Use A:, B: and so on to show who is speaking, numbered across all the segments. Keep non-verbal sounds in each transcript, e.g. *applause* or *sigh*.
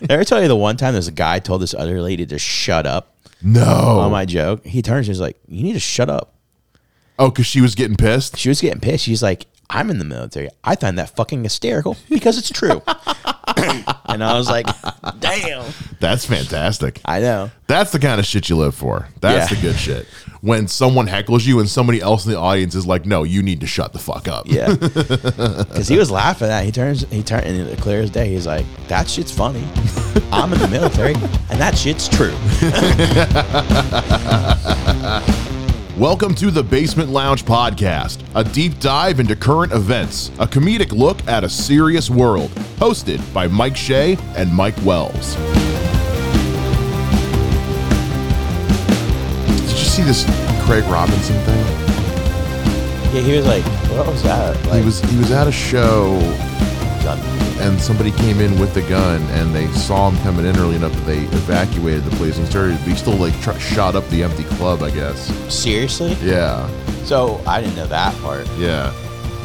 A: Did I ever tell you the one time this guy told this other lady to shut up
B: No.
A: on Oh my joke? He turns and he's like, You need to shut up.
B: Oh, because she was getting pissed.
A: She was getting pissed. She's like, I'm in the military. I find that fucking hysterical because it's true. *laughs* and I was like, Damn.
B: That's fantastic.
A: I know.
B: That's the kind of shit you live for. That's
A: Yeah.
B: the good shit. When someone heckles you and somebody else in the audience is like, "No, you need to shut the fuck up."
A: Yeah. Because he was laughing at it. He turns, he turned, and it clear as day. He's like, That shit's funny. I'm in the military, and that shit's true.
B: Welcome to the Basement Lounge Podcast, a deep dive into current events, a comedic look at a serious world, hosted by Mike Shea and Mike Wells. Did you see this Craig Robinson thing?
A: Yeah, he was like, What was that? Like,
B: He was he was at a show
A: done.
B: and somebody came in with the gun and they saw him coming in early enough that they evacuated the place and started but he still like tr- shot up the empty club i guess
A: Seriously?
B: yeah
A: So I didn't know that part.
B: yeah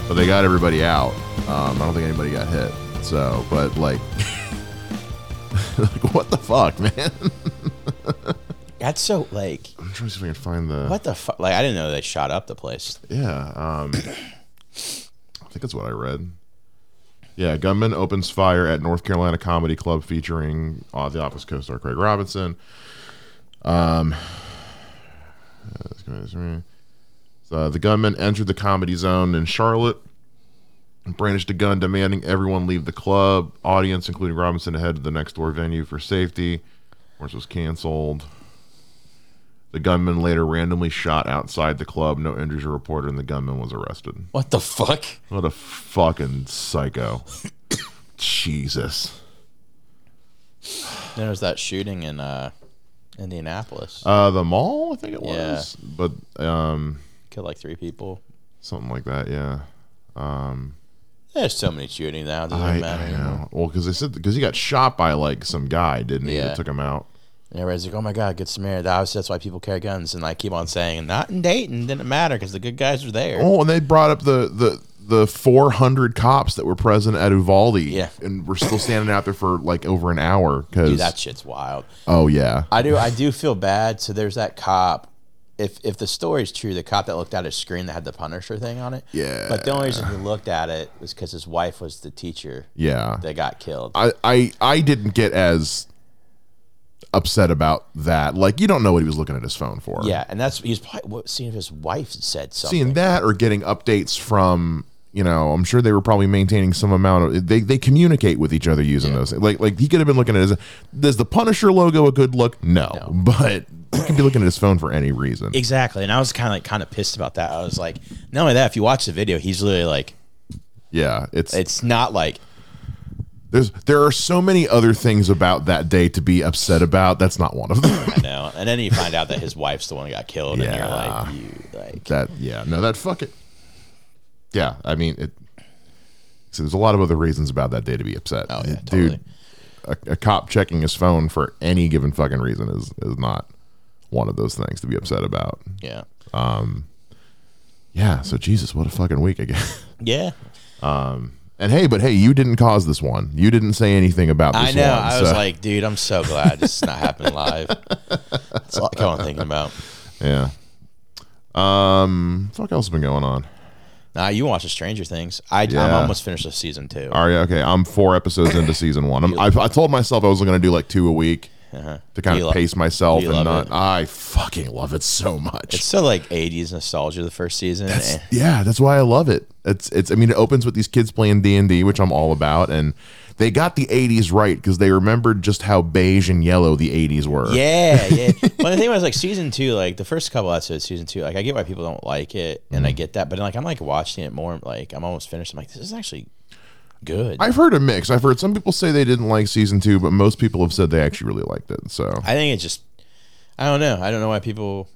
B: but they got everybody out um, i don't think anybody got hit so but like *laughs* like what the fuck man
A: That's so, like,
B: i'm trying to see if i can find the
A: What the fuck? Like, I didn't know they shot up the place.
B: yeah um i think that's what i read yeah, gunman opens fire at North Carolina Comedy Club featuring uh, the Office co-star Craig Robinson. Um, so the gunman entered the comedy zone in Charlotte and brandished a gun, demanding everyone leave the club. Audience, including Robinson, head to the next door venue for safety. March was canceled. The gunman later randomly shot outside the club. No injuries were reported, and the gunman was arrested.
A: What the fuck?
B: What a fucking psycho. *coughs* Jesus.
A: There was that shooting in uh, Indianapolis.
B: Uh the mall, I think it was. But um
A: Killed like three people.
B: something like that, yeah.
A: There's so many shootings now. It doesn't
B: I,
A: matter.
B: I
A: anymore.
B: know. Well, cuz they said cuz he got shot by like some guy, didn't he?
A: Yeah.
B: That took him out.
A: And everybody's like, oh my God, good Samaritan. Obviously, that's why people carry guns. And I keep on saying, not in Dayton. Didn't matter because the good guys are there.
B: Oh, and they brought up the the the 400 cops that were present at Uvalde
A: Yeah.
B: and were still standing out there for like over an hour cuz
A: Dude, that shit's wild.
B: Oh yeah.
A: I do. I do feel bad. So there's that cop. If if the story's true, the cop that looked at his screen that had the Punisher thing on it.
B: Yeah.
A: But the only reason he looked at it was because his wife was the teacher
B: yeah.
A: that got killed.
B: I, I I didn't get as upset about that. Like you don't know what he was looking at his phone for.
A: Yeah, and that's he was probably what, seeing if his wife said something.
B: Seeing that or getting updates from you know, I'm sure they were probably maintaining some amount of they they communicate with each other using those. Like like he could have been looking at his does the Punisher logo a good look? No. *laughs* But he could be looking at his phone for any reason.
A: exactly, and I was kind of like kind of pissed about that. I was like, not only that, if you watch the video, he's literally like,
B: yeah. It's
A: it's not like
B: there's there are so many other things about that day to be upset about. That's not one of them.
A: I know. And then you find out that his wife's the one who got killed,
B: Yeah.
A: and you're like, you like,
B: That yeah, no, that fuck it. Yeah, I mean it. So there's a lot of other reasons about that day to be upset.
A: Oh, yeah,
B: dude, a, a cop checking his phone for any given fucking reason is is not one of those things to be upset about.
A: yeah,
B: Yeah, so Jesus, what a fucking week again.
A: yeah.
B: *laughs* And hey, but hey, you didn't cause this one. You didn't say anything about
A: I
B: this
A: know.
B: one,
A: I was
B: so-
A: like, dude, I'm so glad this is not happening live. That's all I am thinking about.
B: yeah. Um, fuck else has been going on?
A: Nah, you watch the Stranger Things. I, I'm
B: Yeah.
A: almost finished with season two.
B: Are you okay? I'm four episodes into season one. I'm, I, I told myself I was going to do like two a week to kind
A: Uh-huh. You
B: of
A: lo-
B: pace myself
A: you
B: and
A: love
B: not.
A: it.
B: I fucking love it so much.
A: It's so like 80s nostalgia. The first season. Eh.
B: yeah, that's why I love it. It's it's. I mean, it opens with these kids playing D and D, which I'm all about, and they got the '80s right because they remembered just how beige and yellow the '80s were.
A: Yeah, yeah. well, the thing was like season two, like the first couple episodes, of season two, like I get why people don't like it, and I get that, but then, like I'm like watching it more, like I'm almost finished. I'm like, this is actually good. I,
B: I've heard a mix. I've heard some people say they didn't like season two, but most people have said they actually really liked it. So
A: think it's just, I don't know, I don't know why people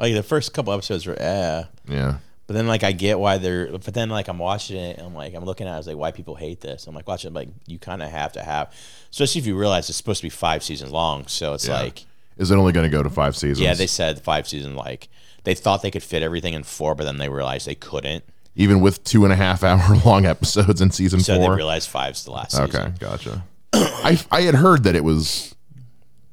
A: like the first couple episodes were eh,
B: yeah,
A: but then like I get why they're, but then like I'm watching it, and I'm like I'm looking at, it, I was like, why people hate this? I'm like watching, it, like you kind of have to have, especially if you realize it's supposed to be five seasons long, so it's
B: Yeah.
A: like.
B: is it only going to go to five seasons?
A: Yeah, they said five season like they thought they could fit everything in four, but then they realized they couldn't.
B: even with two and a half hour *laughs* long episodes in season
A: So they
B: four.
A: realized five's the last season.
B: Okay, gotcha. I I had heard that it was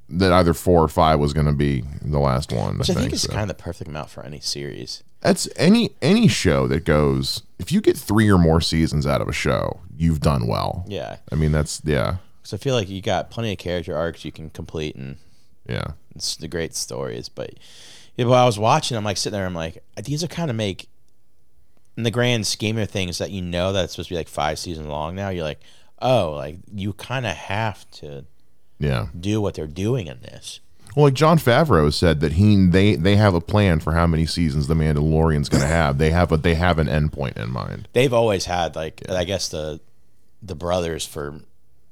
B: that either four or five was going to be the last one.
A: Which I think is
B: so.
A: kind of the perfect amount for any series.
B: That's any any show that goes. If you get three or more seasons out of a show, you've done well.
A: Yeah.
B: I mean, that's yeah,
A: So I feel like you got plenty of character arcs you can complete and
B: yeah.
A: it's the great stories. But yeah, while I was watching, I'm like sitting there, I'm like, these are kind of make in the grand scheme of things that you know that it's supposed to be like five seasons long now. You're like, oh, like you kind of have to
B: Yeah.
A: do what they're doing in this.
B: Well, like John Favreau said that he they they have a plan for how many seasons the Mandalorian's going to have. They have a they have an endpoint in mind.
A: They've always had like, I guess the the brothers for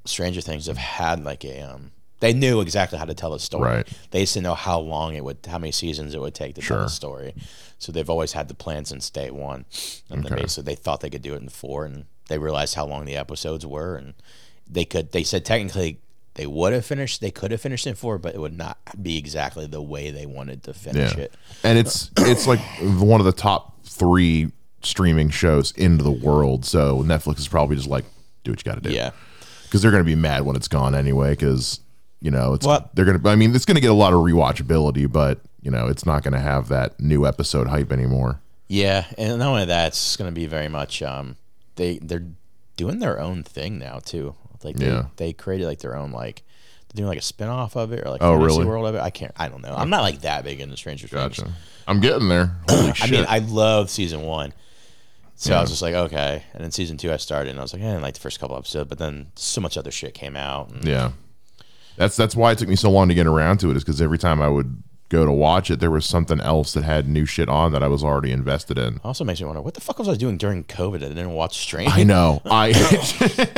A: Stranger Things have had like a um. They knew exactly how to tell a story.
B: Right.
A: They used to know how long it would, how many seasons it would take to tell
B: Sure.
A: a story. So they've always had the plan since day one. And then basically they thought they could do it in four, and they realized how long the episodes were, and they could. They said technically they would have finished, they could have finished in four, but it would not be exactly the way they wanted to finish
B: Yeah.
A: it.
B: And it's it's like one of the top three streaming shows in the world. So Netflix is probably just like do what you got to do.
A: Yeah.
B: because they're going to be mad when it's gone anyway. Because you know, it's
A: Well-
B: they're going to. I mean, it's going to get a lot of rewatchability, but you know, it's not going to have that new episode hype anymore.
A: Yeah, and not only that, it's going to be very much. Um, they they're doing their own thing now too. Like they,
B: Yeah.
A: they created like their own like they're doing like a spin off of it or like
B: Oh,
A: fantasy
B: really?
A: world of it. I can't. I don't know. I'm not like that big into Stranger Things.
B: I'm
A: *clears throat*
B: getting there. Holy
A: I
B: shit!
A: mean, I love season one. So I was just like, okay. And then season two, I started, and I was like, eh, I didn't like the first couple episodes, but then so much other shit came out. And
B: yeah, that's that's why it took me so long to get around to it. Is because every time I would go to watch it, there was something else that had new shit on that I was already invested in.
A: also makes me wonder what the fuck was I doing during COVID? I didn't watch Stranger.
B: *laughs* I know.
A: *laughs*
B: I *laughs*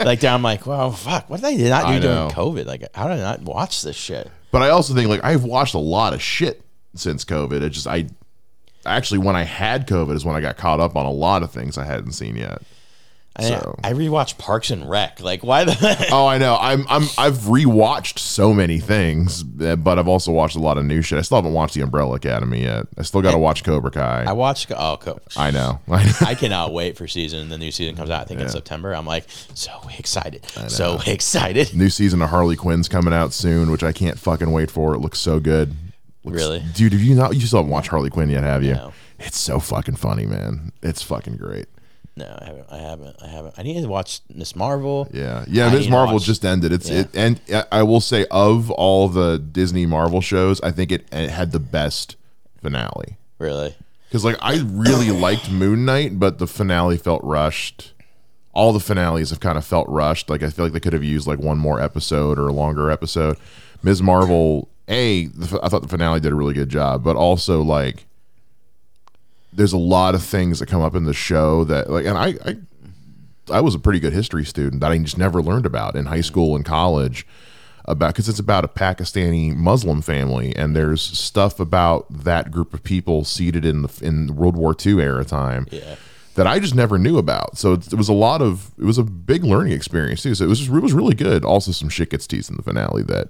A: like, down, I'm like, well, fuck. What did I not do
B: I
A: during
B: know.
A: COVID? Like, how did I not watch this shit?
B: But I also think like I've watched a lot of shit since COVID. It just I actually when I had COVID is when I got caught up on a lot of things I hadn't seen yet.
A: I,
B: So-
A: I rewatched Parks and Rec. Like, why *laughs* the?
B: Oh, I know. I'm I'm I've rewatched so many things, eh, but I've also watched a lot of new shit. I still haven't watched The Umbrella Academy yet. I still got to watch Cobra Kai.
A: I
B: I,
A: watched. Oh, cool.
B: know. *laughs* I know.
A: I cannot wait for season. The new season comes out. I think in September. I'm like so excited, so excited. *laughs*
B: New season of Harley Quinn's coming out soon, which I can't fucking wait for. It looks so good. Looks-
A: Really?
B: dude? Have you not? You still haven't watched Harley Quinn yet, have you?
A: No.
B: It's so fucking funny, man. It's fucking great.
A: No, I haven't. I haven't. I haven't. I need to watch Miss Marvel.
B: Yeah, yeah.
A: need
B: Ms.
A: to
B: Marvel
A: watch-
B: just ended. It's it, and uh, I will say of all the Disney Marvel shows, I think it, it had the best finale.
A: Really?
B: Because like I really liked Moon Knight, but the finale felt rushed. All the finales have kind of felt rushed. Like I feel like they could have used like one more episode or a longer episode. Ms. Marvel, a the, f- I thought the finale did a really good job, but also like there's a lot of things that come up in the show that like, and I I, I was a pretty good history student that I just never learned about in high school and college about because it's about a Pakistani Muslim family, and there's stuff about that group of people seated in the in World War II era time
A: Yeah.
B: that I just never knew about. So it, it was a lot of it was a big learning experience too. So it was just, it was really good. Also, some shit gets teased in the finale that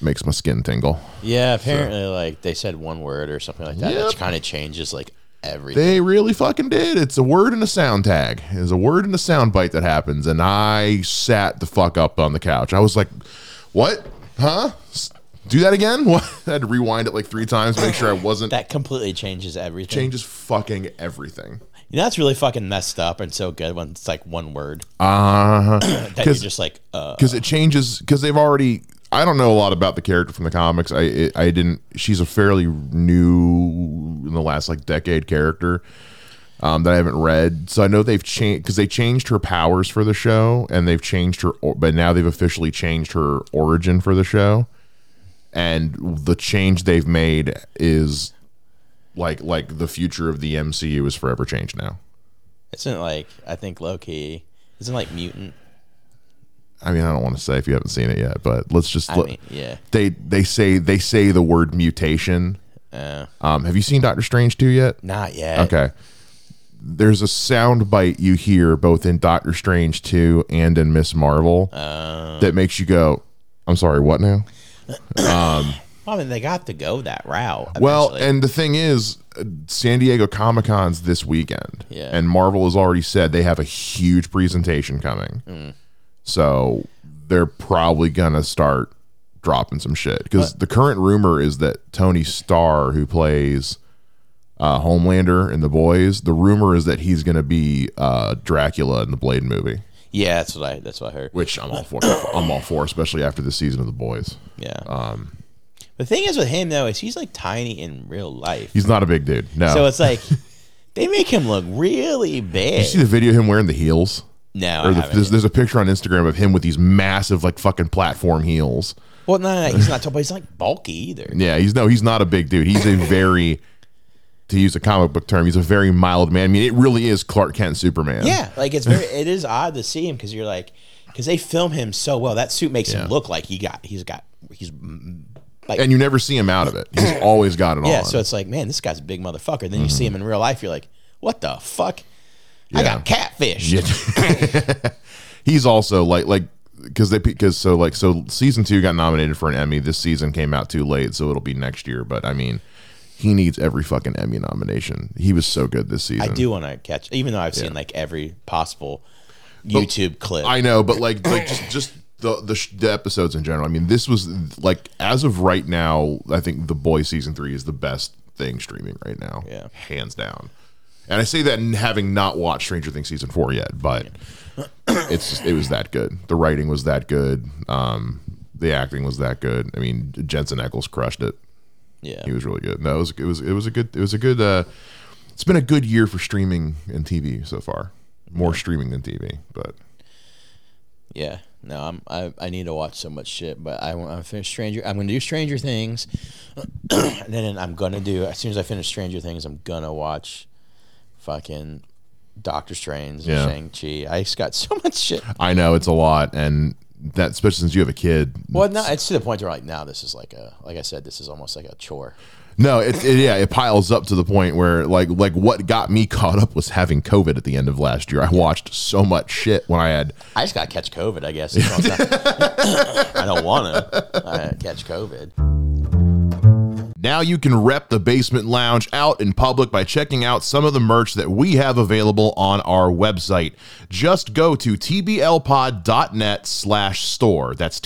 B: makes my skin tingle.
A: Yeah. Apparently, like they said one word or something like that. That
B: Yep.
A: kind of changes like everything.
B: They really fucking did. It's a word and a sound tag. It's a word and a sound bite that happens, and I sat the fuck up on the couch. I was like, "What? Huh? S- Do that again?" *laughs* What? I had to rewind it like three times, make sure I wasn't
A: that completely changes everything.
B: changes fucking everything.
A: You know, that's really fucking messed up and so good when it's like one word
B: Uh
A: *laughs* that you're just like, uh,
B: because it changes because they've already. I don't know a lot about the character from the comics. I it, I didn't. She's a fairly new in the last like decade character um, that I haven't read. So I know they've changed because they changed her powers for the show, and they've changed her. Or, but now they've officially changed her origin for the show, and the change they've made is like like the future of the MCU is forever changed now.
A: isn't it, like I think low key. Isn't it, like mutant.
B: I mean, I don't want to say if you haven't seen it yet, but let's just.
A: I
B: look.
A: mean, yeah.
B: they they say they say the word mutation.
A: Uh,
B: Um, have you seen Doctor Strange two yet?
A: not yet.
B: Okay. There's a sound bite you hear both in Doctor Strange two and in Miss Marvel that makes you go, "I'm sorry, what now?"
A: Well, I mean, they got to go that route.
B: Well,
A: eventually.
B: and the thing is, uh, San Diego Comic Con's this weekend,
A: Yeah. Hmm.
B: and Marvel has already said they have a huge presentation coming. So they're probably gonna start dropping some shit because the current rumor is that Tony Starr, who plays uh, Homelander in The Boys, the rumor is that he's gonna be uh, Dracula in the Blade movie,
A: Yeah, that's what I that's what I heard.
B: which I'm all for. *coughs* I'm all for, especially after the season of The Boys.
A: Yeah. Um, the thing is with him though is he's like tiny in real life,
B: He's not a big dude. No.
A: so it's
B: *laughs*
A: like they make him look really big.
B: you see the video of him wearing the heels?
A: no,
B: Or
A: I
B: the,
A: haven't.
B: there's, there's a picture on Instagram of him with these massive like fucking platform heels.
A: well, no, no, no, he's not tall, but he's not bulky either.
B: Yeah, he's no, he's not a big dude. He's a very, to use a comic book term, he's a very mild man. I mean, it really is Clark Kent Superman.
A: Yeah, like it's very it is odd to see him because you're like because they film him so well that suit makes
B: Yeah.
A: him look like he got he's got he's mm, like
B: and you never see him out of it.
A: *coughs*
B: He's always got it
A: yeah
B: on.
A: so it's like man this guy's a big motherfucker then you see him in real life you're like what the fuck I got catfish
B: Mm-hmm. Yeah. he's also like like because they because so like so season two got nominated for an Emmy. This season came out too late, so it'll be next year. But I mean, he needs every fucking Emmy nomination. He was so good this
A: I
B: season.
A: do want to catch even though I've seen like every possible YouTube clip
B: I know, but like, like just, just the the, sh- the episodes in general. I mean, this was like as of right now, I think the boy season three is the best thing streaming right now.
A: Yeah.
B: hands down. And I say that in having not watched Stranger Things season four yet, but it's just, it was that good. The writing was that good. Um, the acting was that good. I mean, Jensen Ackles crushed it.
A: yeah
B: He was really good. No, it was it was it was a good it was a good. Uh, it's been a good year for streaming and TV so far. More streaming than TV, but
A: yeah no I'm I, I need to watch so much shit but I want to finish Stranger I'm gonna do Stranger Things *clears throat* and then I'm gonna do as soon as I finish Stranger Things I'm gonna watch fucking Doctor Strange
B: Yeah.
A: and Shang Chi I just got so much shit
B: I know it's a lot, and that especially since you have a kid.
A: well no it's to the point where like now this is like a like I said this is almost like a chore
B: No, it, it yeah, it piles up to the point where like like what got me caught up was having COVID at the end of last year. I watched so much shit when I had
A: I just gotta catch COVID I guess That's all I'm trying- *laughs* I don't want to uh, catch COVID
B: Now you can rep the basement lounge out in public by checking out some of the merch that we have available on our website. Just go to tblpod.net slash store. That's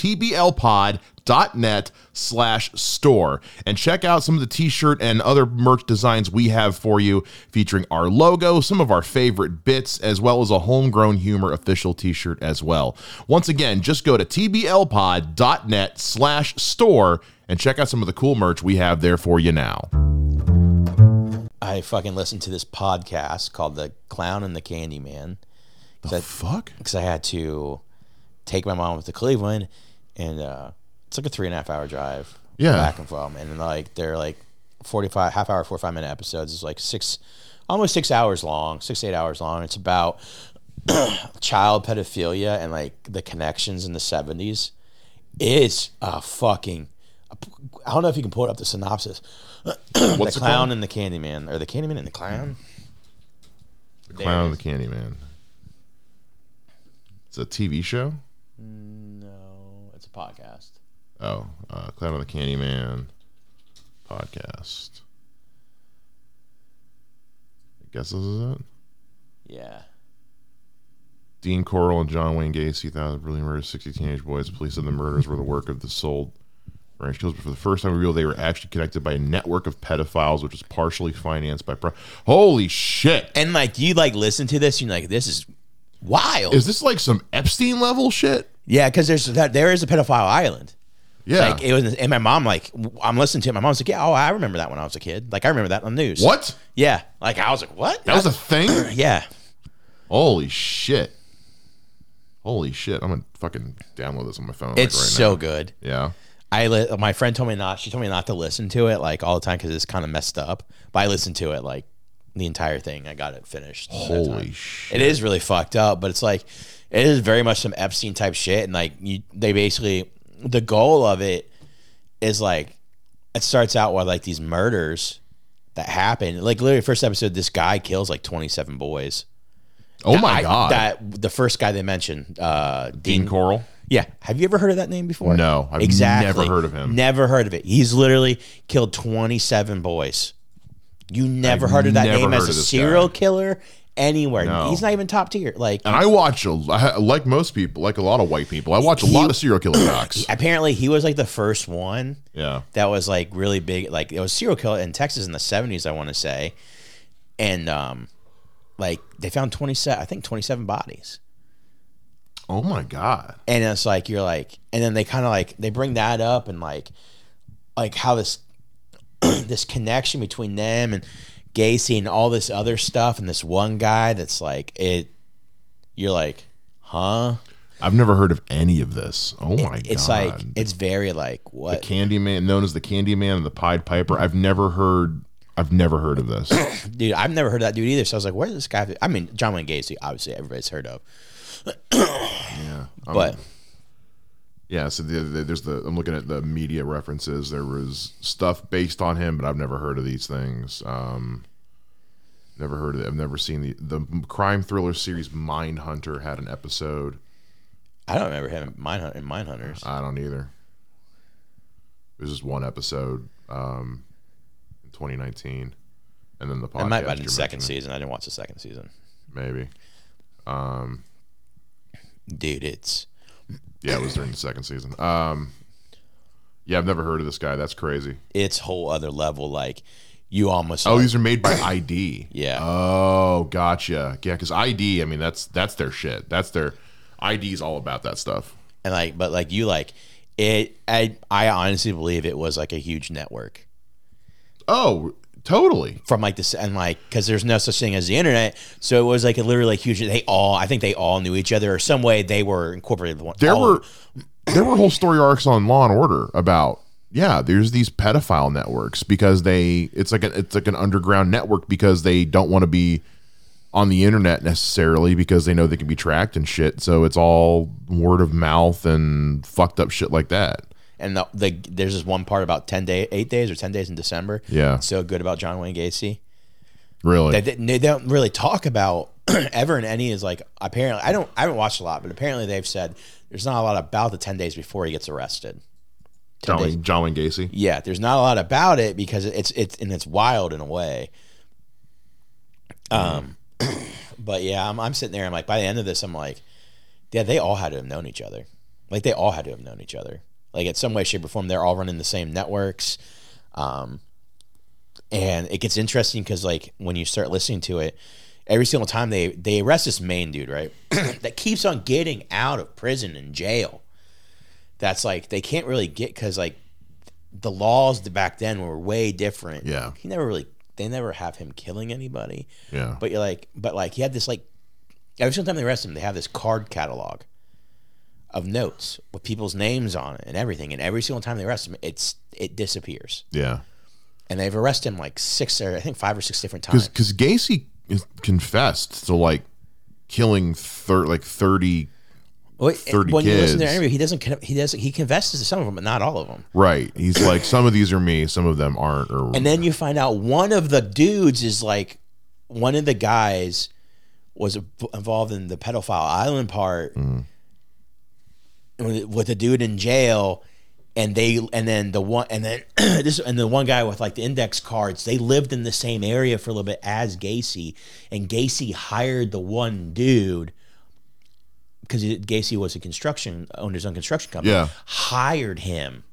B: tblpod.net slash store and check out some of the t-shirt and other merch designs we have for you featuring our logo, some of our favorite bits, as well as a homegrown humor official t-shirt as well. Once again, just go to tblpod.net slash store and check out some of the cool merch we have there for you now.
A: I fucking listened to this podcast called The Clown and the Candyman
B: The fuck?
A: because I had to take my mom up to Cleveland, and uh, it's like a three and a half hour drive.
B: Yeah.
A: back and from, and then, like they're like forty five half hour, forty five minute episodes. It's like six, almost six hours long, six eight hours long. It's about *clears throat* child pedophilia and like the connections in the seventies. It's a fucking. I don't know if you can pull it up the synopsis. *clears throat*
B: What's
A: the
B: it
A: clown
B: called?
A: and the Candyman, or the Candyman and the clown.
B: The Clown and the Candyman. It's a TV show?
A: No, it's a podcast.
B: Oh, uh, Clown and the Candyman podcast. I guess this is it.
A: Yeah.
B: Dean Coral and John Wayne Gacy thousand brilliant murders, sixty teenage boys. Police said the murders were the work of the soul ranch killers, but for the first time revealed they were actually connected by a network of pedophiles, which was partially financed by. Pro- Holy shit!
A: and like you like listen to this, you're like, this is wild. Yeah, 'cause
B: Is this like some Epstein level shit?
A: yeah, because there's that there is a pedophile island.
B: Yeah.
A: Like it was, and my mom like w- I'm listening to it. My mom's like, yeah, oh, I remember that when I was a kid. Like I remember that on the news.
B: what?
A: Yeah, like I was like, what? *coughs*
B: That was a thing?
A: yeah.
B: Holy shit! Holy shit! I'm gonna fucking download this on my phone. like,
A: It's
B: right
A: so
B: now.
A: good.
B: Yeah.
A: I li- my friend told me not. She told me not to listen to it like all the time because it's kind of messed up. But I listened to it like the entire thing. I got it finished. at that
B: Holy
A: time.
B: shit!
A: It is really fucked up, but it's like it is very much some Epstein type shit, and like you, they basically the goal of it is like it starts out with like these murders that happen. Like literally, first episode, this guy kills like twenty seven boys.
B: Oh my
A: I-
B: god!
A: That the first guy they mentioned, uh, Dean.
B: Dean Coral.
A: yeah, have you ever heard of that name before?
B: No, I've never heard of him.
A: Never heard of it. He's literally killed twenty seven boys. You never heard of that
B: never
A: name
B: heard
A: as
B: of
A: a
B: this
A: serial killer anywhere.
B: No.
A: He's not even top tier. Like
B: And I watch, a, I- like most people, like a lot of white people, I watch a
A: He-
B: lot of serial
A: *coughs*
B: killer docs.
A: apparently he was like the first one
B: Yeah.
A: that was like really big. Like it was serial killer in Texas in the seventies, I want to say, and um, like they found twenty seven, I think twenty seven bodies.
B: Oh my God.
A: and it's like you're like and then they kind of like they bring that up and like like how this *clears throat* this connection between them and Gacy and all this other stuff and this one guy that's like it you're like huh
B: I've never heard of any of this. Oh my God.
A: it's like it's very like what
B: Candyman, known as the Candyman and the Pied Piper. I've never heard. I've never heard of this.
A: *coughs* dude I've never heard of that dude either so I was like where's this guy I mean John Wayne Gacy obviously everybody's heard of
B: Um,
A: but
B: yeah, so the, the, there's the. I'm looking at the media references. There was stuff based on him, but I've never heard of these things. Um, never heard of. It. I've never seen the the crime thriller series Mindhunter had an episode.
A: I don't remember him in Mindhunter, in Mindhunters
B: I don't either. It was just one episode um, in 2019, and then the podcast.
A: I might have been in
B: you're
A: the second
B: mentioning.
A: season I didn't watch the second season
B: Maybe.
A: dude it's
B: Yeah, it was during the second season. Um, yeah, I've never heard of this guy. That's crazy.
A: it's whole other level like you almost
B: Oh, these
A: *coughs*
B: are made by ID.
A: Yeah.
B: Oh, gotcha. Yeah, because ID. I mean, that's that's their shit. That's their ID's all about that stuff.
A: and like but like you like it I, I honestly believe it was like a huge network
B: Oh, totally.
A: from like this and like because there's no such thing as the internet so it was like a literally like huge they all i think they all knew each other or some way they were incorporated with one
B: There
A: all-
B: were there were whole story arcs on Law and Order about yeah. There's these pedophile networks because they it's like an it's like an underground network because they don't want to be on the internet necessarily because they know they can be tracked and shit. So it's all word of mouth and fucked up shit like that.
A: and the, the there's this one part about 10 day 8 days or 10 days in december
B: Yeah.
A: so good about john wayne gacy
B: Really?
A: they, didn't- they don't really talk about *clears throat* ever in any is like apparently i don't i haven't watched a lot but apparently they've said there's not a lot about the 10 days before he gets arrested
B: John, Wayne, John Wayne Gacy.
A: yeah, there's not a lot about it because it's it's and it's wild in a way. Um, *clears throat* but yeah, I'm I'm sitting there. I'm like, by the end of this, I'm like, yeah, they all had to have known each other. Like they all had to have known each other. Like in some way, shape, or form, they're all running the same networks. Um, and it gets interesting because like when you start listening to it, every single time they they arrest this main dude, right, *clears throat* that keeps on getting out of prison and jail. That's like they can't really get because like the laws back then were way different.
B: Yeah.
A: he never really they never have him killing anybody.
B: Yeah.
A: But you're like, but like he had this like every single time they arrest him, they have this card catalog of notes with people's names on it and everything. And every single time they arrest him, it's it disappears.
B: yeah.
A: And they've arrested him like six or I think five or six different times.
B: Because Gacy is- confessed to like killing thir- like 30
A: Well,
B: 30
A: when you listen to
B: kids.
A: their interview, he doesn't con- he doesn't he confesses to some of them, but not all of them.
B: right he's like some of these are me some of them aren't or
A: And then you find out one of the dudes is like one of the guys was involved in the pedophile island part with, with the dude in jail and they and then the one and then *clears throat* this and the one guy with like the index cards they lived in the same area for a little bit as Gacy and Gacy hired the one dude because Gacy was a construction owned his own construction company
B: Yeah.
A: hired him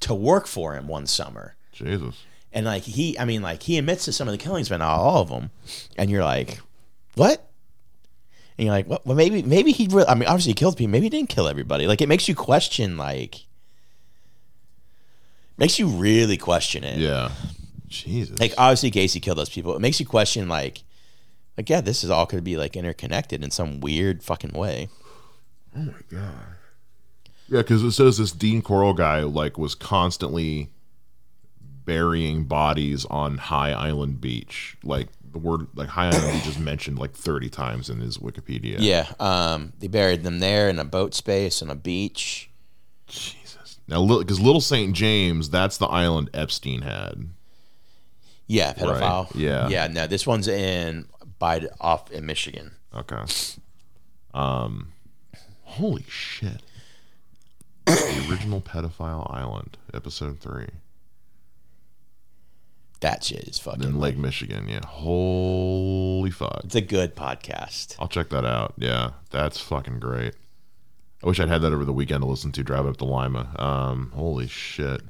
A: to work for him one summer
B: jesus
A: and like he, I mean, like he admits to some of the killings, but not all of them. And you're like, what? And you're like, well, well maybe, maybe he. Really, I mean, obviously he killed people. Maybe he didn't kill everybody. Like it makes you question. Like makes you really question it.
B: yeah jesus
A: Like obviously Gacy killed those people. It makes you question. Like, like yeah, this is all could be like interconnected in some weird fucking way.
B: yeah because it says this dean coral guy like was constantly burying bodies on high island beach like the word like high island beach is mentioned like 30 times in his wikipedia
A: Yeah. Um. They buried them there in a boat space on a beach.
B: jesus now because little saint james that's the island epstein had
A: Yeah, pedophile.
B: yeah.
A: Yeah. No, this one's in by off in Michigan.
B: Okay. Um. Holy shit. the original pedophile island, episode three.
A: that shit is fucking.
B: in Lake Michigan. Yeah, holy fuck!
A: It's a good podcast.
B: I'll check that out. Yeah, that's fucking great. I wish I'd had that over the weekend to listen to driving up to Lima. Um, holy shit!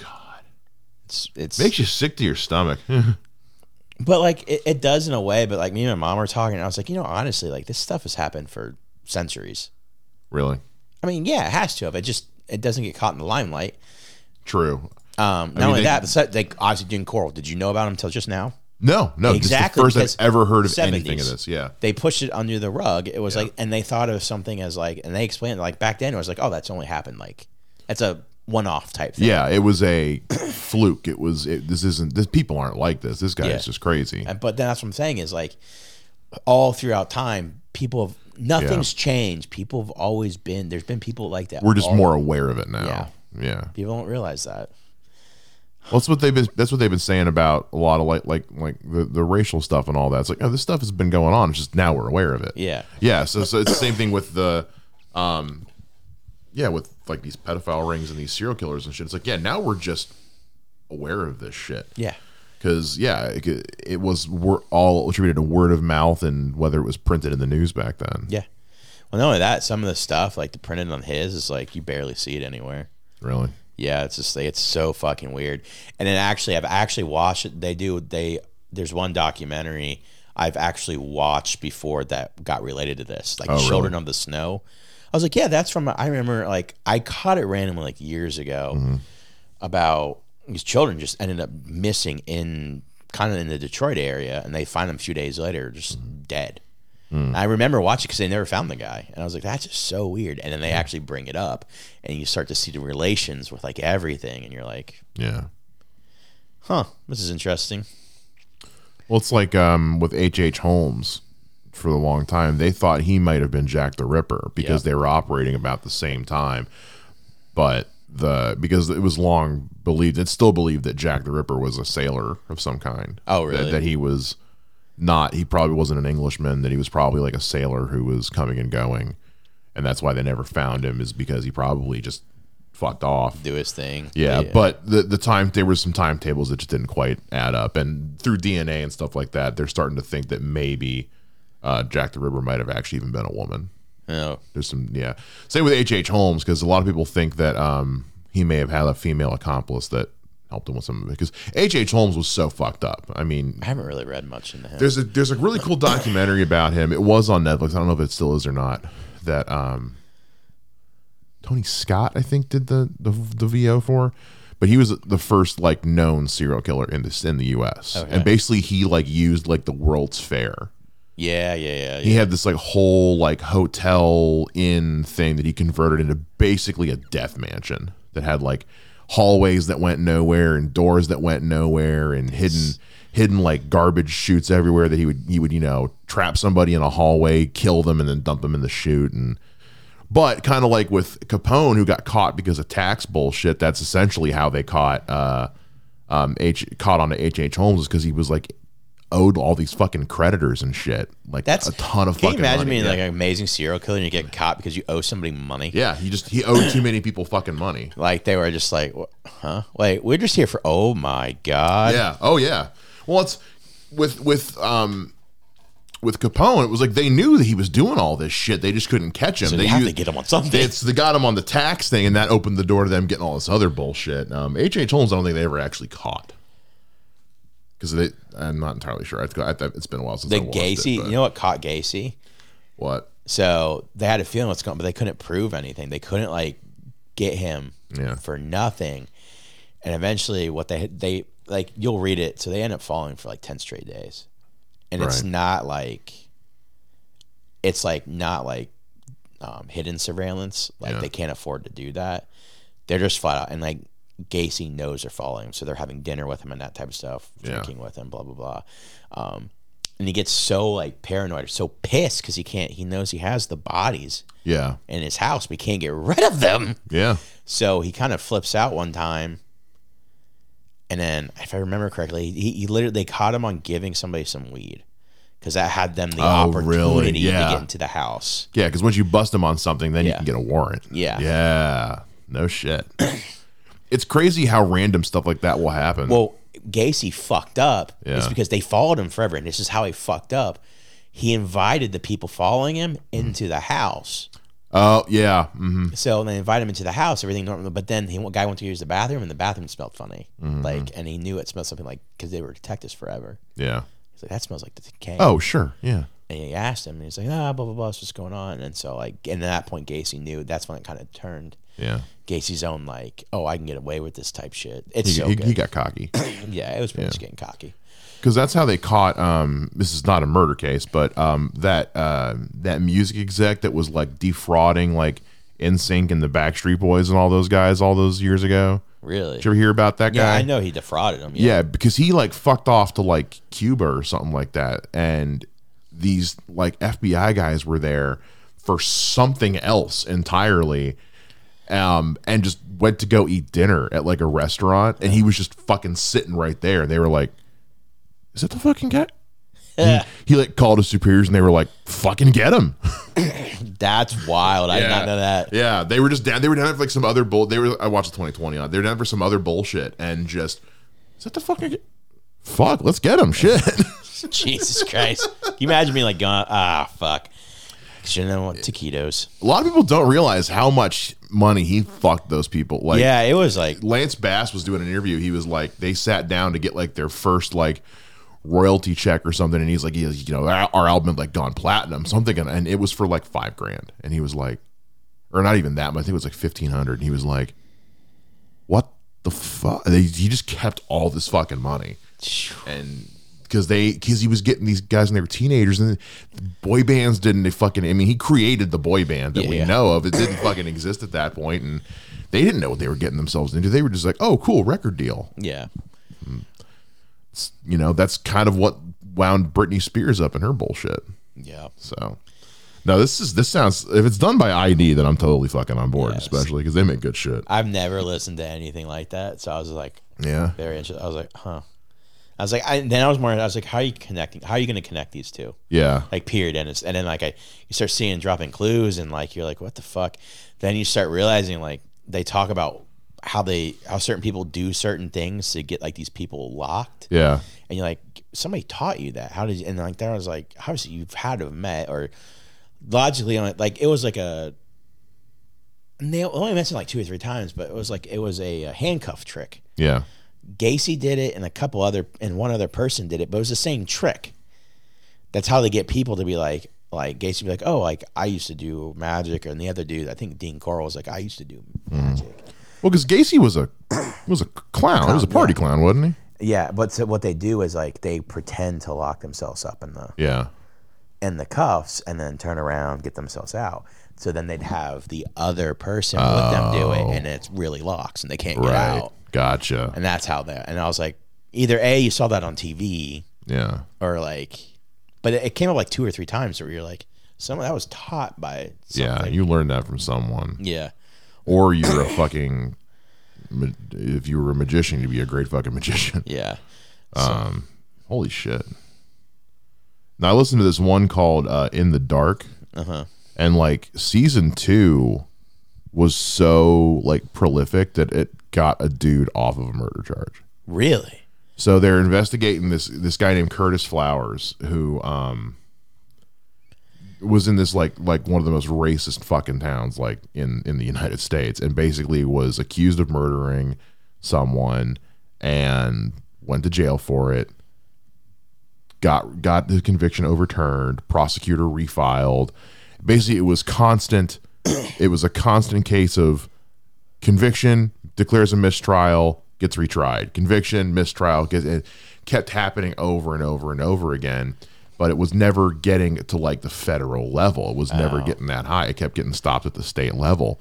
B: God,
A: It's it's
B: makes you sick to your stomach. *laughs*
A: But like it, it does in a way, but like me and my mom were talking, and I was like, you know, honestly, like this stuff has happened for centuries.
B: really,
A: I mean, yeah, it has to have. It just it doesn't get caught in the limelight.
B: true.
A: Um, not
B: mean,
A: only
B: they-
A: that, but so- like oxygen coral. Did you know about them until just now?
B: No, no, this is
A: Exactly,
B: the
A: because
B: first I've ever heard of anything of
A: 70s.
B: this. Yeah,
A: They pushed it under the rug. It was like, and they thought of something as like, and they explained like back then it was like, oh, that's only happened like, that's a one-off type thing.
B: yeah, it was a *coughs* fluke. It was. It, this isn't. This people aren't like this. This guy
A: Yeah.
B: is just crazy.
A: And- But then that's what I'm saying is like, all throughout time, people have nothing's changed. People have always been. There's been people like that.
B: We're just
A: all-
B: more aware of it now. yeah.
A: People don't realize that.
B: Well, that's what they've been. That's what they've been saying about a lot of like, like, like the, the racial stuff and all that. It's like, oh, this stuff has been going on. It's just now we're aware of it.
A: Yeah.
B: yeah. So, so it's the same thing with the, um, yeah, with like these pedophile rings and these serial killers and shit. It's like, yeah, now we're just aware of this shit.
A: Yeah.
B: Because yeah, it, could- it was wor- all attributed to word of mouth and whether it was printed in the news back then.
A: Yeah. Well, not only that, some of the stuff like the printed on his is like you barely see it anywhere.
B: Really.
A: Yeah, it's just like it's so fucking weird. And then actually, I've actually watched it. They do they. There's one documentary I've actually watched before that got related to this, like
B: really?
A: Children of the Snow. I was like, yeah, that's from. I remember like I caught it randomly like years ago about these children just ended up missing in kind of in the Detroit area, and they find them a few days later just dead. And I remember watching because they never found the guy, and I was like, "That's just so weird." And then they actually bring it up, and you start to see the relations with like everything, and you're like,
B: Yeah.
A: "Huh, this is interesting."
B: Well, it's like um, with H.H. H. Holmes for a long time, they thought he might have been Jack the Ripper because they were operating about the same time. But the because it was long believed, it's still believed that Jack the Ripper was a sailor of some kind.
A: Oh,
B: That-
A: really?
B: That, he was not, he probably wasn't an Englishman, that he was probably like a sailor who was coming and going. And that's why they never found him, is because he probably just fucked off.
A: Do his thing,
B: Yeah, but the the time there were some timetables that just didn't quite add up, and through DNA and stuff like that, they're starting to think that maybe uh, Jack the Ripper might have actually even been a woman.
A: no,
B: There's some yeah. Same with H.H. H. Holmes because a lot of people think that um, he may have had a female accomplice that helped him with some of it because H.H. H. Holmes was so fucked up. I mean,
A: I haven't really read much into him.
B: there's a there's a really cool documentary about him. It was on Netflix. I don't know if it still is or not. That um, Tony Scott I think did the the, the VO for, but he was the first like known serial killer in this in the U.S. And basically he like used like the World's Fair.
A: yeah, yeah, yeah, yeah.
B: He had this like whole like hotel inn thing that he converted into basically a death mansion that had like hallways that went nowhere and doors that went nowhere and hidden hidden like garbage chutes everywhere that he would he would you know trap somebody in a hallway, kill them, and then dump them in the chute and. But kind of like with Capone, who got caught because of tax bullshit, that's essentially how they caught uh, um, H caught onto H H Holmes because he was like owed all these fucking creditors and shit, like
A: That's
B: a ton of
A: Can you
B: fucking.
A: imagine
B: money.
A: being
B: yeah.
A: like an amazing serial killer and you get caught because you owe somebody money?
B: yeah, he just he owed too many people fucking money.
A: Like they were just like, "Wha- huh? Wait, we're just here for oh my god.
B: Yeah. Oh yeah. Well, it's with with um with Capone. It was like they knew that he was doing all this shit. They just couldn't catch him.
A: So you have
B: u-
A: to get him on something.
B: It's they got him on the tax thing, and that opened the door to them getting all this other bullshit. Um, H. H. Holmes, I don't think they ever actually caught because they. I'm not entirely sure. I've, got- I've- it's been a while since
A: the
B: I watched it,
A: Gacy,
B: but
A: you know what caught Gacy?
B: what?
A: So they had a feeling what's going, but they couldn't prove anything. They couldn't like get him
B: Yeah.
A: for nothing. And eventually, what they they like, you'll read it. So they end up falling for like ten straight days, and it's
B: Right.
A: not like it's like not like um, hidden surveillance. Like
B: Yeah.
A: they can't afford to do that. They're just flat out and like Gacy knows they're following, so they're having dinner with him and that type of stuff,
B: Yeah.
A: drinking with him, blah blah blah. Um, and he gets so like paranoid, or so pissed because he can't. He knows he has the bodies
B: Yeah.
A: in his house, but he can't get rid of them.
B: Yeah.
A: So he kind of flips out one time. And then, if I remember correctly, he, he literally they caught him on giving somebody some weed because that had them the
B: Oh, really?
A: opportunity to
B: Yeah.
A: get into the house.
B: Yeah, because once you bust them on something, then
A: Yeah.
B: you can get a warrant.
A: Yeah.
B: Yeah. No shit. *coughs* It's crazy how random stuff like that will happen.
A: Well, Gacy fucked up. It's
B: Yeah.
A: because they followed him forever, and this is how he fucked up. He invited the people following him
B: Mm.
A: into the house.
B: oh yeah, hmm
A: So they invited him into the house, everything normal. But then he guy went to use the bathroom, and the bathroom smelled funny.
B: Mm-hmm.
A: Like, and he knew it smelled something like because they were detectives forever.
B: yeah.
A: He's like, that smells like the decay.
B: Oh sure, yeah.
A: And he asked him, and he's like, ah, blah blah blah, what's going on? And so like, and at that point, Gacy knew. That's when it kind of turned
B: Yeah,
A: Gacy's own like, oh, I can get away with this type shit. It's
B: he,
A: so
B: he,
A: good.
B: he got cocky
A: yeah, it was pretty much getting cocky.
B: because that's how they caught. Um, this is not a murder case, but um, that uh, that music exec that was like defrauding like NSYNC and the Backstreet Boys and all those guys all those years ago.
A: Really?
B: Did you ever hear about that guy?
A: Yeah, I know he defrauded him. Yeah.
B: Yeah, because he like fucked off to like Cuba or something like that, and these like FBI guys were there for something else entirely, um, and just went to go eat dinner at like a restaurant, and he was just fucking sitting right there, and they were like, "Is that the fucking guy?" And he, he like called his superiors, and they were like, "Fucking get him!" *laughs*
A: *laughs* That's wild. I did
B: Yeah.
A: not know
B: *laughs*
A: that.
B: Yeah, they were just down. They were down for like some other bull. They were. I watched the 2020 on. They were down for some other bullshit and just. Is that the fucking? Fuck, let's get him. Shit. *laughs*
A: Jesus Christ. Can you imagine me like going, ah, fuck. Shouldn't have went taquitos.
B: a lot of people don't realize how much money he fucked those people. Like
A: Yeah, it was like *sniffs*
B: Lance Bass was doing an interview. He was like, they sat down to get like their first like royalty check or something, and he's like, he's, you know, our, our album had like gone platinum. So I'm thinking, and it was for like five grand, and he was like, or not even that, but I think it was like fifteen hundred, and he was like, what the fuck? He just kept all this fucking money and because they because he was getting these guys when they were teenagers and boy bands didn't they fucking I mean he created the boy band that we
A: Yeah.
B: know of it didn't fucking exist at that point and they didn't know what they were getting themselves into they were just like oh cool record deal
A: yeah.
B: you know that's kind of what wound Britney Spears up in her bullshit
A: Yeah.
B: so no this is this sounds if it's done by ID then I'm totally fucking on board
A: Yes.
B: especially because they make good shit
A: I've never listened to anything like that. So I was like
B: yeah
A: very interested. I was like, huh. I was like, I, then I was more. I was like, how are you connecting? How are you going to connect these two?
B: yeah
A: Like period, and it's and then like I, you start seeing dropping clues, and like you're like, what the fuck? Then you start realizing like they talk about how they how certain people do certain things to get like these people locked.
B: yeah
A: and you're like, somebody taught you that. How did you? And like, there I was like, obviously you've had to have met or logically on it. Like it was like a. And they only mentioned like two or three times, but it was like it was a, uh handcuff trick.
B: yeah
A: Gacy did it, and a couple other, and one other person did it, but it was the same trick. That's how they get people to be like, like Gacy, would be like, oh, like I used to do magic, and the other dude, I think Dean Coral was like, I used to do magic.
B: well because Gacy was a was a clown he was a party clown wasn't he
A: Yeah, but so what they do is like they pretend to lock themselves up in the
B: yeah
A: in the cuffs and then turn around, get themselves out. So then they'd have the other person with them do it, and it's really locks, and they can't get
B: right
A: out.
B: gotcha
A: And that's how that. And I was like, either a you saw that on TV,
B: Yeah.
A: or like, but it, it came up like two or three times where you're like, someone that was taught by
B: Yeah.
A: something.
B: You learned that from someone.
A: yeah,
B: Or you're a fucking, ma- if you were a magician, you'd be a great fucking magician. *laughs*
A: yeah,
B: Holy shit. Now, I listened to this one called uh, In the Dark.
A: Uh-huh.
B: And like season two was so like prolific that it got a dude off of a murder charge.
A: really,
B: So they're investigating this this guy named Curtis Flowers who um was in this like like one of the most racist fucking towns like in in the *laughs* United States and basically was accused of murdering someone and went to jail for it got got the conviction overturned prosecutor refiled basically it was constant *clears throat* it was a constant case of conviction declares a mistrial gets retried conviction mistrial gets it kept happening over and over and over again but it was never getting to like the federal level it was never getting that high it kept getting stopped at the state level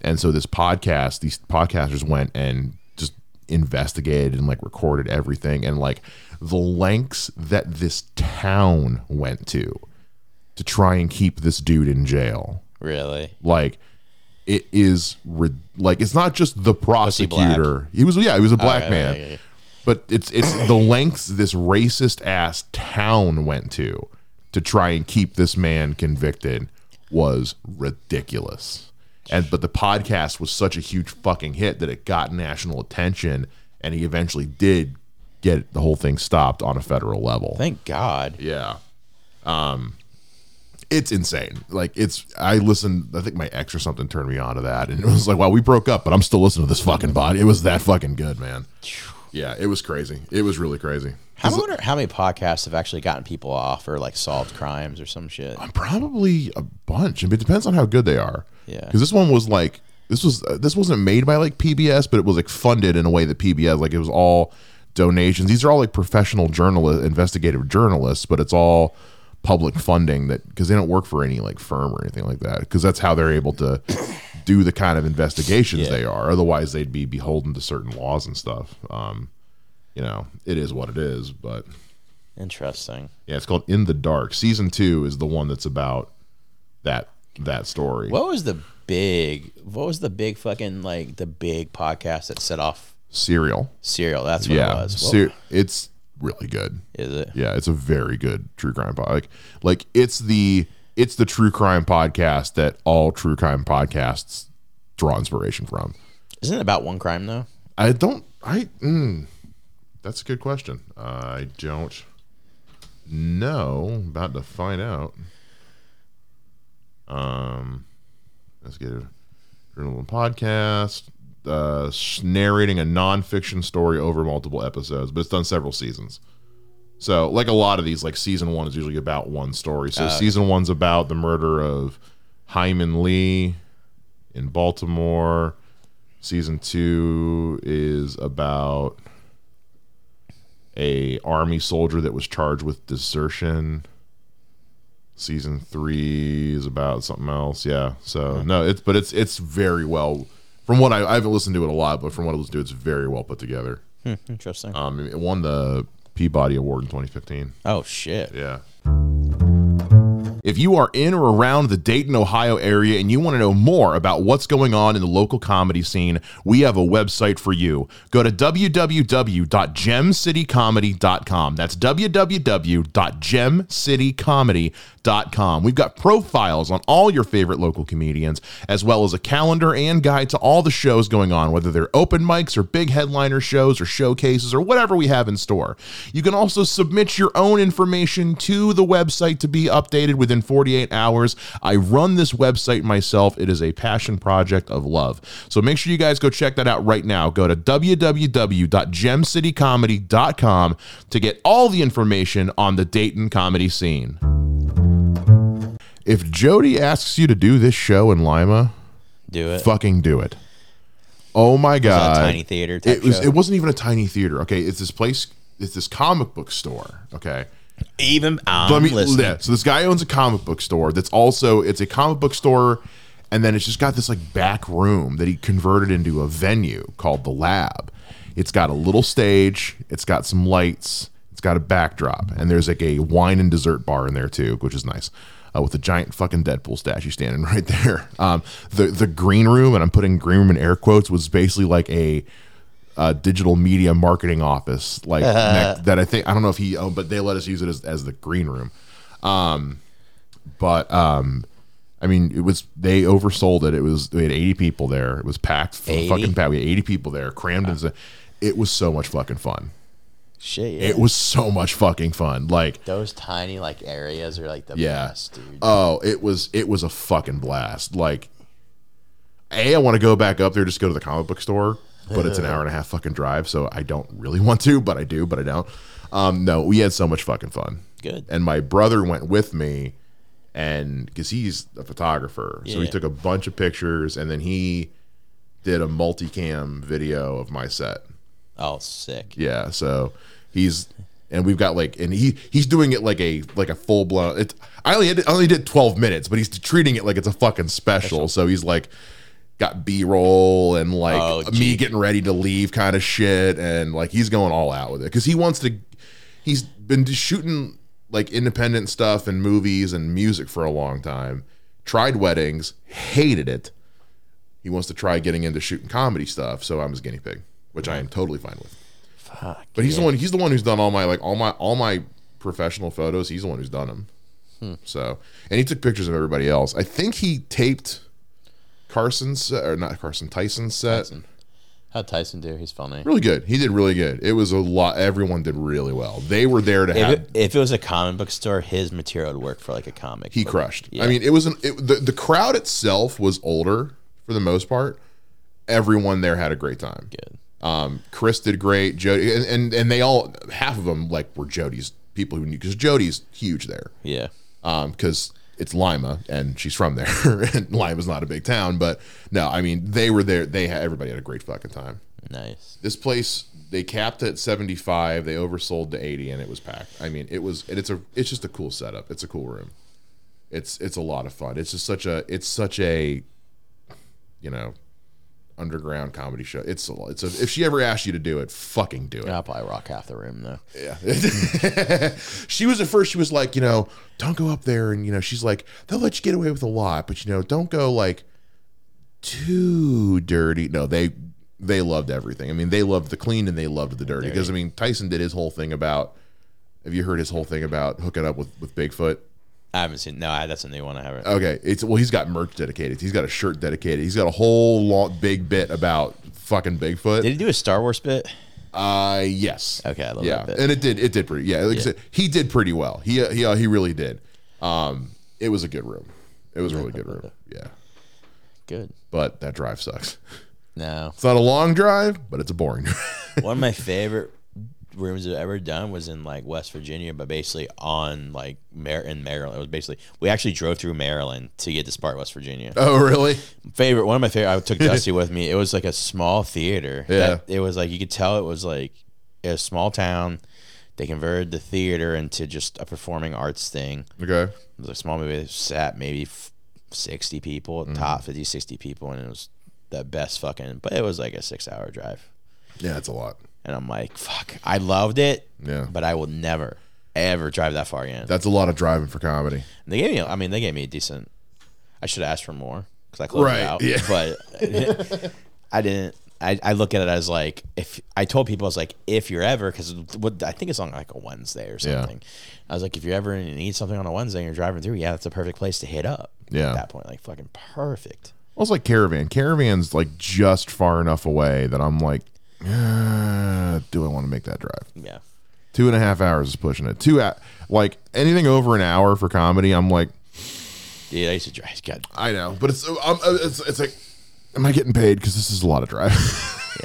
B: and so this podcast these podcasters went and just investigated and like recorded everything and like the lengths that this town went to to try and keep this dude in jail
A: really,
B: like it is re- like it's not just the
A: he black?
B: prosecutor. He, was yeah, he was a black
A: right,
B: man.
A: right, right.
B: But it's it's *coughs* the lengths this racist ass town went to to try and keep this man convicted was ridiculous. And but the podcast was such a huge fucking hit that it got national attention, and he eventually did get the whole thing stopped on a federal level.
A: Thank God.
B: Yeah. Um it's insane. Like it's I listened, I think my ex or something turned me on to that and it was like, wow, we broke up, but I'm still listening to this fucking body. It was that fucking good, man. Yeah, it was crazy. It was really crazy.
A: I wonder how many podcasts have actually gotten people off or like solved crimes or some shit.
B: Probably a bunch. I mean, it depends on how good they are.
A: Yeah.
B: Cuz this one was like this was uh, this wasn't made by like PBS, but it was like funded in a way that PBS like it was all donations. These are all like professional journalist investigative journalists, but it's all public funding that cuz they don't work for any like firm or anything like that cuz that's how they're able to *coughs* do the kind of investigations they are. Otherwise, they'd be beholden to certain laws and stuff. Um you know, it is what it is, but
A: Interesting.
B: yeah, it's called In the Dark. Season two is the one that's about that that story.
A: What was the big? What was the big fucking like the big podcast that set off
B: Serial.
A: Serial? That's what it
B: Yeah,
A: was. What
B: Ser- it's really good.
A: is it?
B: Yeah, it's a very good true crime pod. Like, like it's the it's the true crime podcast that all true crime podcasts draw inspiration from.
A: Isn't it about one crime though?
B: I don't. I. Mm, that's a good question. I don't know. About to find out. Um, let's get a journal podcast. Uh, s- narrating a nonfiction story over multiple episodes, but it's done several seasons. So, like a lot of these, like season one is usually about one story. So, season one's about the murder of Hyman Lee in Baltimore. Season two is about a army soldier that was charged with desertion. Season three is about something else. Yeah. So no, it's but it's it's very well. From what I, I haven't listened to it a lot, but from what I listened to, it's very well put together.
A: Hmm, interesting.
B: Um, it won the Peabody Award in 2015.
A: oh shit.
B: Yeah. If you are in or around the Dayton, Ohio area and you want to know more about what's going on in the local comedy scene, we have a website for you. Go to www.gemcitycomedy.com. That's www.gemcitycomedy.com. We've got profiles on all your favorite local comedians, as well as a calendar and guide to all the shows going on, whether they're open mics or big headliner shows or showcases or whatever we have in store. You can also submit your own information to the website to be updated within 48 hours. I run this website myself. It is a passion project of love. So make sure you guys go check that out right now. Go to www.gemcitycomedy.com to get all the information on the Dayton comedy scene. If Jody asks you to do this show in Lima,
A: Do it.
B: fucking do it. Oh my
A: It's
B: god.
A: not a tiny theater. Type
B: It was.
A: show.
B: It wasn't even a tiny theater. Okay, it's this place. It's this comic book store. Okay,
A: Even I'm
B: let me.
A: listening.
B: yeah, So this guy owns a comic book store. That's also it's a comic book store, and then it's just got this like back room that he converted into a venue called the Lab. It's got a little stage. It's got some lights. It's got a backdrop, and there's like a wine and dessert bar in there too, which is nice. Uh, with a giant fucking Deadpool statue standing *laughs* right there. Um, the the green room, and I'm putting green room in air quotes, was basically like a uh, digital media marketing office like next- that I think I don't know if he owned, but they let us use it as, as the green room. Um, but um, I mean, it was they oversold it. It was we had eighty people there. It was packed, f-
A: 80?
B: fucking packed. We had eighty people there, crammed into. It was so much fucking fun.
A: Shit. yeah.
B: It was so much fucking fun. Like
A: Those tiny like areas are like the
B: yeah.
A: best, dude.
B: Oh, it was it was a fucking blast. Like, a I want to go back up there just go to the comic book store, but it's an hour and a half fucking drive, so I don't really want to, but I do, but I don't. Um, no, we had so much fucking fun.
A: Good.
B: And my brother went with me, and because he's a photographer, so he
A: Yeah.
B: took a bunch of pictures, and then he did a multicam video of my set.
A: oh, sick.
B: Yeah, so he's and we've got like and he he's doing it like a like a full blown. It's I only had, I only did twelve minutes, but he's treating it like it's a fucking special. So he's like got B roll and like
A: Oh,
B: me
A: gee.
B: getting ready to leave kind of shit, and like he's going all out with it because he wants to. He's been just shooting like independent stuff and movies and music for a long time. Tried weddings, hated it. He wants to try getting into shooting comedy stuff, so I'm his guinea pig, which I am totally fine with.
A: Fuck.
B: But he's the one. He's the one who's done all my like all my all my professional photos. He's the one who's
A: Hmm.
B: done them. So, and he took pictures of everybody else. I think he taped Carson's or not Carson Tyson's set.
A: Tyson. How'd Tyson do? He's funny.
B: Really good. He did really good. It was a lot. Everyone did really well. They were there to
A: If
B: have.
A: it, if it was a comic book store, his material would work for like a comic.
B: he
A: book.
B: crushed.
A: Yeah.
B: I mean, it was an it, the the crowd itself was older for the most part. Everyone there had a great time.
A: Good.
B: Um, Chris did great. Jody and, and and they all half of them like were Jody's people who knew because Jody's huge there.
A: Yeah.
B: um, because it's Lima and she's from there, *laughs* and Lima's not a big town. But no, I mean they were there. They had everybody had a great fucking time.
A: Nice.
B: This place they capped at seventy five. They oversold to eighty, and it was packed. I mean, it was. and It's a. It's just a cool setup. It's a cool room. It's it's a lot of fun. It's just such a. It's such a. You know, underground comedy show. It's a. lo- It's a. If she ever asked you to do it, fucking do it.
A: I'll probably rock half the room though.
B: Yeah. *laughs* she was at first, she was like, you know, don't go up there. And, you know, she's like, they'll let you get away with a lot, but, you know, don't go like too dirty. No, they, they loved everything. I mean, they loved the clean and they loved the dirty. Because, I mean, Tyson did his whole thing about, have you heard his whole thing about hooking up with, with Bigfoot?
A: I haven't seen. No, I- that's a new one. I haven't.
B: Okay, it's well. He's got merch dedicated. He's got a shirt dedicated. He's got a whole long, big bit about fucking Bigfoot.
A: Did he do a Star Wars bit?
B: Uh, yes.
A: Okay, I love
B: yeah,
A: that bit.
B: and it did. It did pretty. Yeah, like I said, he did pretty well. He uh, he uh, he really did. Um, it was a good room. It was a really good room. Yeah,
A: Good.
B: but that drive sucks. *laughs*
A: No.
B: It's not a long drive, but it's a boring *laughs* drive.
A: One of my favorite rooms I've ever done was in like West Virginia, but basically on like Mar- in Maryland. It was basically we actually drove through Maryland to get to Sparta, West Virginia.
B: oh, really?
A: favorite one of my favorite. I
B: *laughs*
A: took Dusty with me. It was like a small theater.
B: Yeah.
A: that- it was like you could tell it was like a small town. They converted the theater into just a performing arts thing.
B: Okay.
A: It was a small movie that sat maybe f- 60 people,
B: Mm-hmm.
A: top 50, 60 people, and it was the best fucking, but it was like a six hour drive.
B: Yeah, it's a lot.
A: And I'm like, fuck, I loved it,
B: Yeah,
A: but I will never, ever drive that far again.
B: that's a lot of driving for comedy.
A: They gave me, I mean, they gave me a decent. I should have asked for more because I closed
B: Right,
A: it out.
B: yeah.
A: *laughs* But I didn't. I, I look at it as like if I told people I was like if you're ever because what I think it's on like a Wednesday or
B: Yeah.
A: something. I was like if you're ever and you need something on a Wednesday and you're driving through, yeah, that's a perfect place to hit up.
B: Yeah.
A: at that point, like fucking perfect.
B: Well, it's like caravan. Caravan's like just far enough away that I'm like, "Ah, do I want to make that drive?
A: Yeah,
B: Two and a half hours is pushing it. Two, hou- like anything over an hour for comedy, I'm like,
A: dude, I used to drive. God,
B: I know, but it's um, uh, it's, it's like, am I getting paid? Because this is a lot of drive.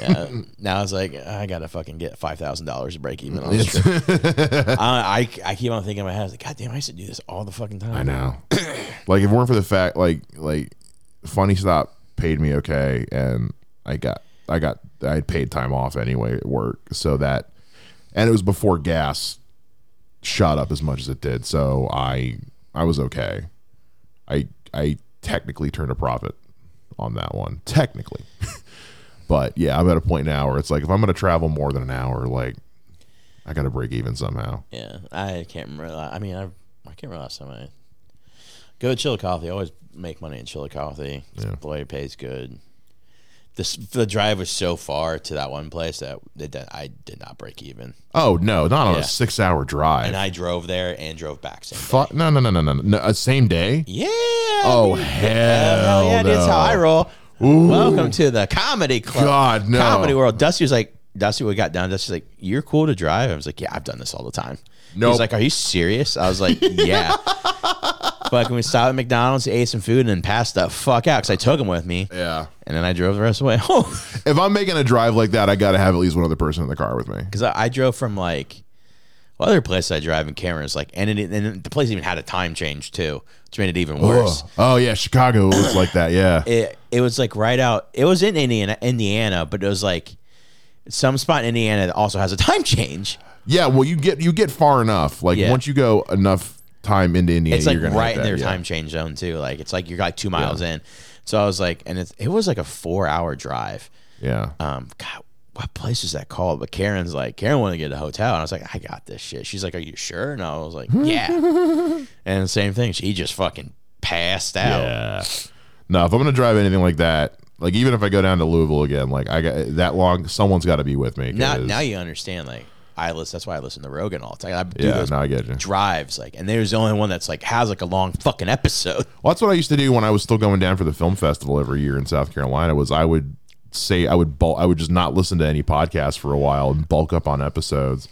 B: *laughs*
A: yeah. now it's like I gotta fucking get five thousand dollars to break even on this trip.
B: *laughs*
A: I, I I keep on thinking in my head, I was like, God damn, I used to do this all the fucking time.
B: I know. *clears throat* like if it weren't for the fact, like like Funny Stop paid me okay, and I got I got I had paid time off anyway at work, so that, and it was before gas shot up as much as it did, so I I was okay. I I technically turned a profit on that one, technically. *laughs* but yeah, I'm at a point now where it's like if I'm going to travel more than an hour, like I got to break even somehow.
A: Yeah, I can't remember. I mean, I I can't remember last time I go to Chillicothe. I always make money in Chillicothe.
B: Yeah.
A: The way it pays good. This the drive was so far to that one place that it, did- I did not break even,
B: Oh no, not on
A: Yeah.
B: a six-hour drive.
A: and I drove there and drove back. Same day.
B: Fuck no no no no no no uh, same day.
A: Yeah.
B: Oh
A: dude.
B: hell,
A: yeah, dude, that's how I
B: no.
A: roll.
B: Ooh,
A: Welcome to the comedy club.
B: God no.
A: Comedy world. Dusty was like, Dusty, we got done. Dusty's like, you're cool to drive. I was like, yeah, I've done this all the time. He
B: Nope.
A: was like, are you serious? I
B: *laughs*
A: was like, yeah. Fucking we stopped at McDonald's, ate some food, and then passed the fuck out because I took him with me.
B: Yeah.
A: And then I drove the rest of the way *laughs* home.
B: If I'm making a drive like that, I gotta have at least one other person in the car with me.
A: Because I, I drove from like, well, other place I drive in Cameron's like, and, it, and the place even had a time change too, which made it even worse.
B: Oh, oh yeah, Chicago *coughs* was like that. Yeah.
A: it it was like right out. It was in Indiana, Indiana, but it was like some spot in Indiana that also has a time *laughs* change.
B: Yeah. Well, you get you get far enough. Like
A: Yeah.
B: once you go enough time into Indiana,
A: It's like
B: you're gonna
A: right
B: hit
A: in
B: that,
A: their
B: yeah.
A: time change zone too. Like it's like you're like two miles in. So I was like, and it's, it was like a four hour drive.
B: Yeah.
A: Um, God, what place is that called? But Karen's like, Karen wanted to get a hotel, and I was like, I got this shit. She's like, Are you sure? And I was
B: *laughs*
A: like, Yeah. and same thing. She just fucking passed out.
B: Yeah. No, if I'm gonna drive anything like that, like even if I go down to Louisville again, like I got that long, someone's got to be with me.
A: Now,
B: 'cause-
A: now you understand. Like I listen. That's why I listen to Rogan all the time. I do
B: Yeah,
A: those
B: no, I get you.
A: drives like, and there's the only one that's like has like a long fucking
B: *laughs*
A: episode.
B: Well, that's what I used to do when I was still going down for the film festival every year in South Carolina. Was I would say I would bulk, I would just not listen to any podcasts for a while and bulk up on episodes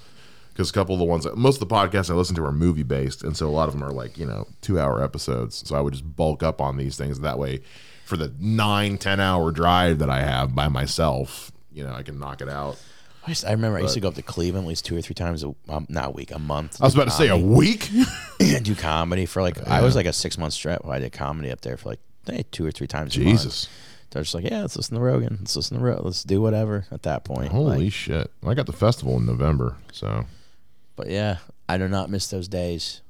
B: because a couple of the ones most of the podcasts I listen to are movie based, and so a lot of them are like you know two hour episodes. So I would just bulk up on these things that way for the nine ten hour drive that I have by myself. You know, I can knock it out.
A: I, used, I remember I used to go up to Cleveland at least two or three times a um, not a week, a month.
B: I was about to say a week.
A: *clears throat* and do comedy for like I was like a six month stretch where I did comedy up there for like eh, two or three times. a month.
B: Jesus.
A: they're just like, yeah, let's listen to Rogan, let's listen to Rogan, let's do whatever at that point.
B: Holy
A: Like,
B: shit! I got the festival in November, so
A: but yeah, I do not miss those days.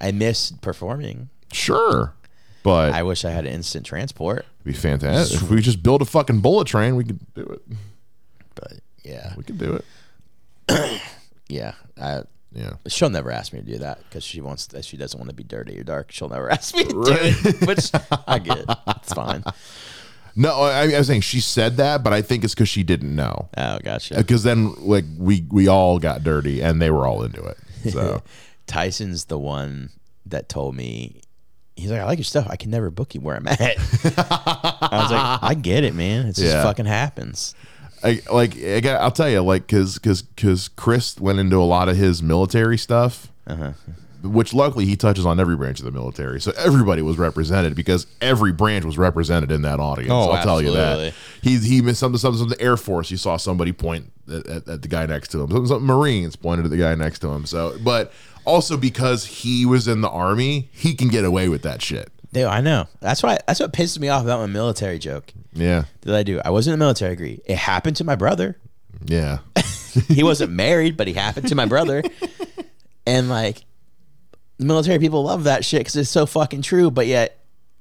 A: I miss performing.
B: sure. But
A: I wish I had instant transport,
B: It'd be fantastic. If we just build a fucking bullet train, we could do it.
A: but yeah,
B: We could do it.
A: yeah. I,
B: Yeah.
A: she'll never ask me to do that because she wants she doesn't want to be dirty or dark. She'll never *laughs* ask me to do
B: Right. *laughs*
A: it, which I get. it. It's fine.
B: No, I, I was saying she said that, but I think it's because she didn't know.
A: Oh, gotcha.
B: Because then, like, we we all got dirty, and they were all into it. So
A: Tyson's the one that told me. He's like, I like your stuff. I can never book you where I'm at. I was like, I get it, man. It just
B: Yeah.
A: fucking happens.
B: I, like I got, I'll tell you, like, cause, cause, cause Chris went into a lot of his military stuff,
A: Uh-huh.
B: which luckily he touches on every branch of the military, so everybody was represented because every branch was represented in that audience.
A: Oh,
B: I'll tell you that.
A: absolutely.
B: He he missed something, something, something. Air Force, you saw somebody point at, at, at the guy next to him. Something, something, Marines pointed at the guy next to him. So, but also because he was in the army, he can get away with that shit.
A: Dude, I know. That's why. That's what pisses me off about my military joke
B: Yeah,
A: that I do. I wasn't in the military. Agree. It happened to my brother.
B: yeah,
A: *laughs* He wasn't married, but he happened to my brother. And like, the military people love that shit because it's so fucking true. But yet,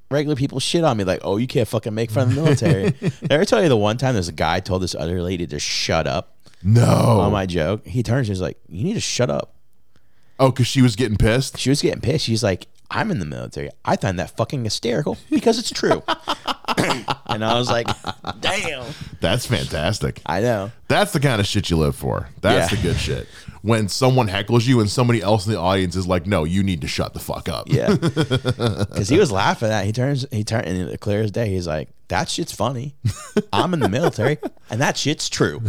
A: regular people shit on me like, oh, you can't fucking make fun of the military. Did I ever tell you the one time there's a guy told this other lady to shut up on
B: no,
A: my joke? He turns, he's like, you need to shut up.
B: oh, because she was getting pissed.
A: She was getting pissed. She's like, I'm in the military. I find that fucking hysterical because it's true. *laughs* and I was like, damn.
B: That's fantastic.
A: I know.
B: That's the kind of shit you live for. That's
A: Yeah.
B: the good shit. When someone heckles you and somebody else in the audience is like, "No, you need to shut the fuck up."
A: Yeah. Because he was laughing at it. He turns, he turned, and it clear as day, he's like, that shit's funny. I'm in the military, and that shit's true.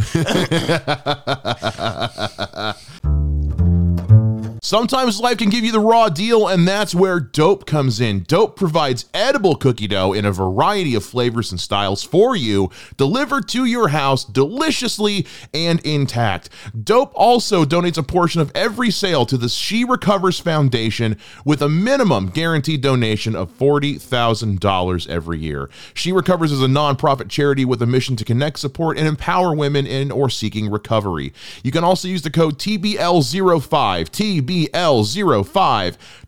B: Sometimes life can give you the raw deal, and that's where Dope comes in. Dope provides edible cookie dough in a variety of flavors and styles for you, delivered to your house deliciously and intact. Dope also donates a portion of every sale to the She Recovers Foundation with a minimum guaranteed donation of $40,000 every year. She Recovers is a nonprofit charity with a mission to connect, support, and empower women in or seeking recovery. You can also use the code TBL05, TBL05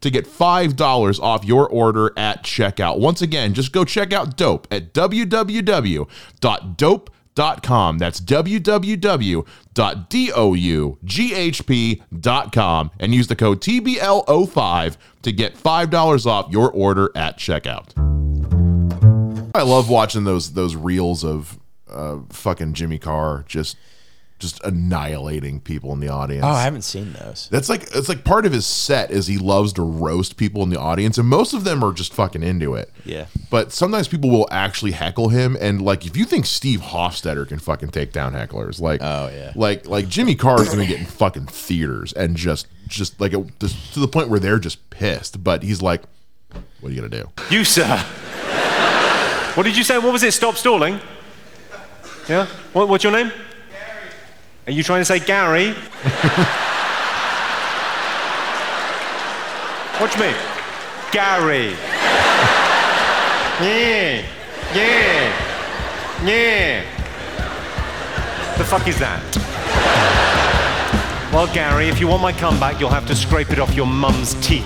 B: to get $5 off your order at checkout. Once again, just go check out Dope at www.dope.com. That's www.doughp.com and use the code TBL05 to get $5 off your order at checkout. I love watching those those reels of uh, fucking Jimmy Carr just just annihilating people in the audience.
A: Oh, I haven't seen those.
B: That's like it's like part of his set is he loves to roast people in the audience, and most of them are just fucking into it.
A: Yeah.
B: But sometimes people will actually heckle him, and like if you think Steve Hofstetter can fucking take down hecklers, like
A: Oh, yeah.
B: like like Jimmy Carr is gonna get in fucking theaters and just just like it, just to the point where they're just pissed. But he's like, what are you gonna do?
C: You, sir. What did you say? What was it? Stop stalling. Yeah? What, what's your name? Gary. Are you trying to say Gary? *laughs* Watch me. Gary. Yeah. Yeah. Yeah. The fuck is that? Well, Gary, if you want my comeback, you'll have to scrape it off your mum's teeth.